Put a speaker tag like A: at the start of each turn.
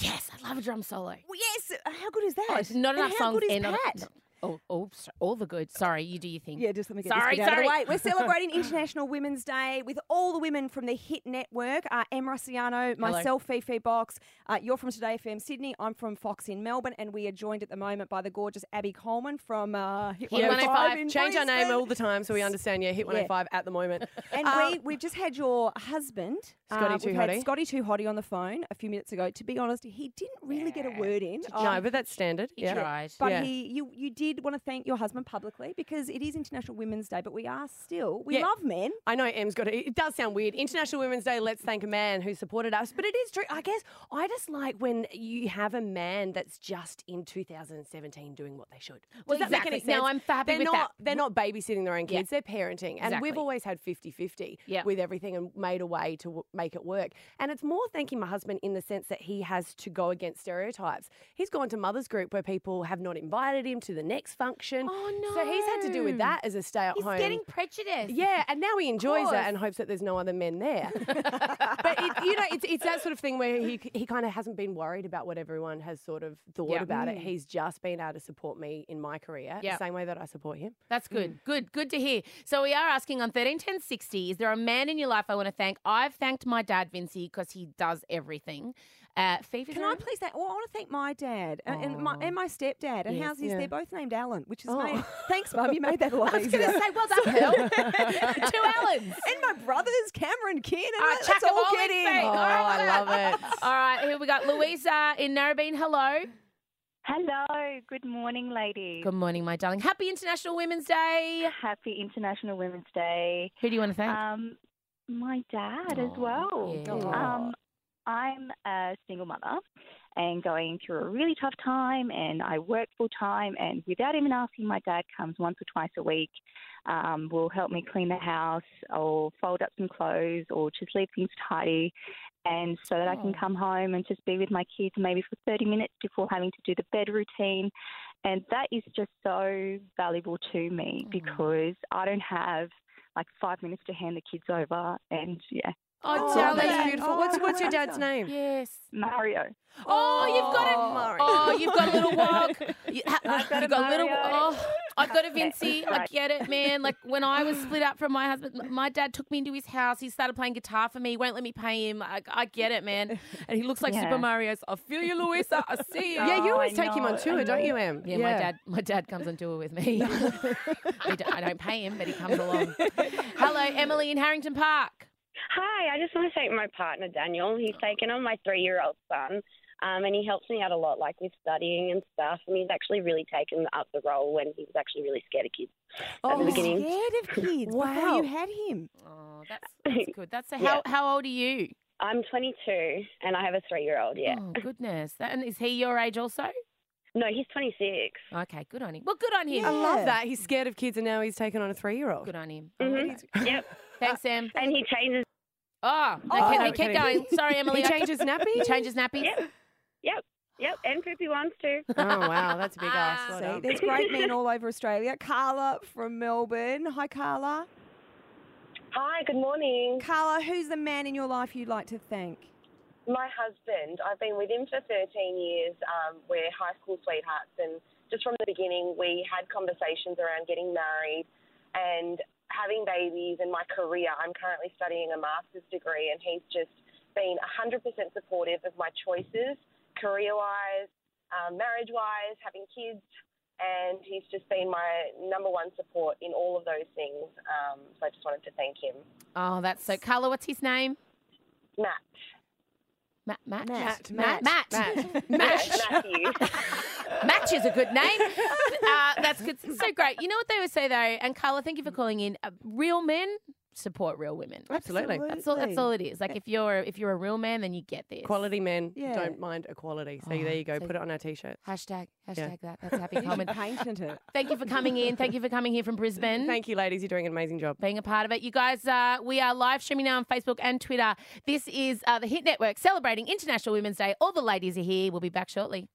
A: Yes, I love a drum solo.
B: Well, yes. How good is that?
A: Oh, it's not
B: And
A: enough
B: how
A: songs
B: good is
A: in a-
B: Pat?
A: Oh, oh, so- all the good. Sorry, you do your thing.
B: Yeah, just let me get
A: Sorry,
B: this bit out of the
A: sorry.
B: way. We're celebrating International Women's Day with all the women from the Hit Network. Uh, Em Rossiano, myself, Fifi Box. Uh, you're from Today FM Sydney. I'm from Fox in Melbourne, and we are joined at the moment by the gorgeous Abby Coleman from uh, Hit
A: Hit
B: 105.
A: 105.
B: in
C: oh Change our name
B: Brisbane.
C: all the time so we understand. Yeah, hit 105 at the moment.
B: And we, we've just had your husband, uh,
C: Scotty Too
B: we've had
C: Hotty.
B: Scotty Too Hotty on the phone a few minutes ago. To be honest, he didn't really get a word in.
C: no,
B: Um,
C: but that's standard.
A: He
C: Yeah.
A: tried.
B: but
C: yeah.
B: he, you, you did want to thank your husband publicly because it is International Women's Day, but we are still, we
C: Yeah.
B: love men.
C: I know Em's got it. It does sound weird. International Women's Day, let's thank a man who supported us. But it is true. I guess I just like when you have a man that's just in 2017 doing what they should. Does
A: Well,
C: that make any
A: exactly. No,
C: sense?
A: I'm happy
C: they're
A: with
C: not,
A: that.
C: They're not babysitting their own kids, they're parenting. And
A: Exactly.
C: we've always had 50 50
A: Yeah.
C: with everything and made a way to w- make it work. And it's more thanking my husband in the sense that he has to go against stereotypes. He's gone to mother's group where people have not invited him to the next function.
A: Oh,
C: So he's had to deal with
A: no.
C: that as a stay at
A: He's
C: home.
A: getting prejudiced.
C: Yeah, and now he enjoys
A: course.
C: that and hopes that there's no other men there. but it, you know, it's, it's that sort of thing where he he kind of hasn't been worried about what everyone has sort of thought
A: Yeah.
C: about it. He's just been able to support me in my career
A: Yeah.
C: the same way that I support him.
A: That's good. Good. Good to hear. So we are asking on 131060, is there a man in your life I want to thank? I've thanked my dad, Vincey, because he does everything. Uh, Fifi,
B: Can I please thank? Well, I want to thank my dad and, and my and my stepdad and how's his? They're both named Alan, which is made. Thanks, mum. You made that a lot
A: Oh. I was going
B: easier.
A: to say, well done, Pearl. Two Allens.
B: and my brothers, Cameron, Ken, and
A: Ah,
B: let's
A: chuck 'em
B: all
A: all
B: get
A: in,
B: in.
A: thanks. All right.
C: I love it.
A: All right, here we got Louisa in Narrabeen. Hello.
D: Hello, good morning, ladies.
A: Good morning, my darling. Happy International Women's Day.
D: Happy International Women's Day.
A: Who do you want to thank?
D: Um, my dad as
A: Aw,
D: well.
A: yeah.
D: Um, I'm a single mother and going through a really tough time, and I work full time. And without even asking, my dad comes once or twice a week, um, will help me clean the house or fold up some clothes or just leave things tidy. And so that I can
A: Aw.
D: come home and just be with my kids maybe for 30 minutes before having to do the bed routine. And that is just so valuable to me because I don't have like five minutes to hand the kids over. And yeah,
C: Oh,
A: Oh,
C: darling,
A: that's
C: that's beautiful.
B: oh,
C: what's what's your
B: well
C: dad's
B: done.
C: name?
A: yes.
D: Mario.
A: Oh, you've got
C: Oh,
A: a
C: Murray.
A: oh, you've got a little walk. You, ha,
D: I've got
A: you
D: a
A: got little.
D: Mario.
A: Oh, I've got a Vincey. I
D: Right.
A: get it, man. Like when I was split up from my husband, m- my dad took me into his house. He started playing guitar for me. Won't let me pay him. I, I get it, man. And he looks like
D: Yeah.
A: Super Mario. So I feel you, Louisa. I see you.
C: Yeah, you
D: Oh,
C: always
D: I
C: take him on
D: know,
C: tour,
D: I
C: don't
D: know.
C: you, Em?
A: Yeah, my dad. My dad comes on tour with me. I d- I don't pay him, but he comes
B: Oh,
A: along. Hello, Emily in Harrington Park.
E: Hi, I just want to thank my partner Daniel. He's taken on my three-year-old son, um, and he helps me out a lot, like with studying and stuff. And he's actually really taken up the role when he was actually really scared of kids at the
C: Oh,
E: beginning.
B: Scared of kids before
C: Wow.
B: you had him.
A: Oh, that's, that's good. That's a, how how old are you?
E: I'm 22, and I have a three-year-old. Yeah,
A: Oh goodness. That, and is he your age also?
E: no, he's 26.
A: Okay, good on him. Well, good on him.
C: I love
B: Yeah.
C: that. He's scared of kids and now he's taken on a three year old.
A: Good on him. I
C: Mm-hmm.
A: love
E: hmm
A: that.
E: yep,
A: Thanks, Sam.
E: and he changes.
A: Oh, they,
C: Oh,
A: keep, they
C: no,
A: keep
C: kidding.
A: going. Sorry, Emily.
C: He
A: I-
C: changes nappy?
A: He changes nappies.
E: Yep, yep, yep, and poopy wants to.
C: Oh, wow. That's a big ass.
A: Ah,
C: Well
B: See,
C: done.
B: there's great men all over Australia. Carla from Melbourne. Hi, Carla.
F: Hi, good morning.
B: Carla, who's the man in your life you'd like to thank?
F: My husband, I've been with him for 13 years. Um, we're high school sweethearts, and just from the beginning, we had conversations around getting married and having babies and my career. I'm currently studying a master's degree, and he's just been 100% supportive of my choices, career wise, um, marriage wise, having kids. And he's just been my number one support in all of those things. Um, so I just wanted to thank him.
A: Oh, that's so. Carla, what's his name?
F: Matt.
A: Matt. Matt.
C: Matt,
A: Matt.
C: Matt,
A: Matt.
F: Matthew.
A: Match is a good name. Uh, that's good. So great. You know what they would say though, and Carla, thank you for calling in. Uh, real men support real women.
C: Absolutely.
A: That's all. That's all it is. Like if you're if you're a real man, then you get this.
C: Quality men
B: Yeah.
C: don't mind equality. So
A: Oh,
C: there you go.
A: so-
C: Put it on our t shirts.
A: Hashtag. Hashtag
C: Yeah.
A: that. That's happy
B: Absolutely.
A: comment.
B: You should patent it.
A: Thank you for coming in. Thank you for coming here from Brisbane.
C: Thank you, ladies. You're doing an amazing job.
A: being a part of it. You guys, uh, we are live streaming now on Facebook and Twitter. This is uh, the Hit Network celebrating International Women's Day. All the ladies are here. We'll be back shortly.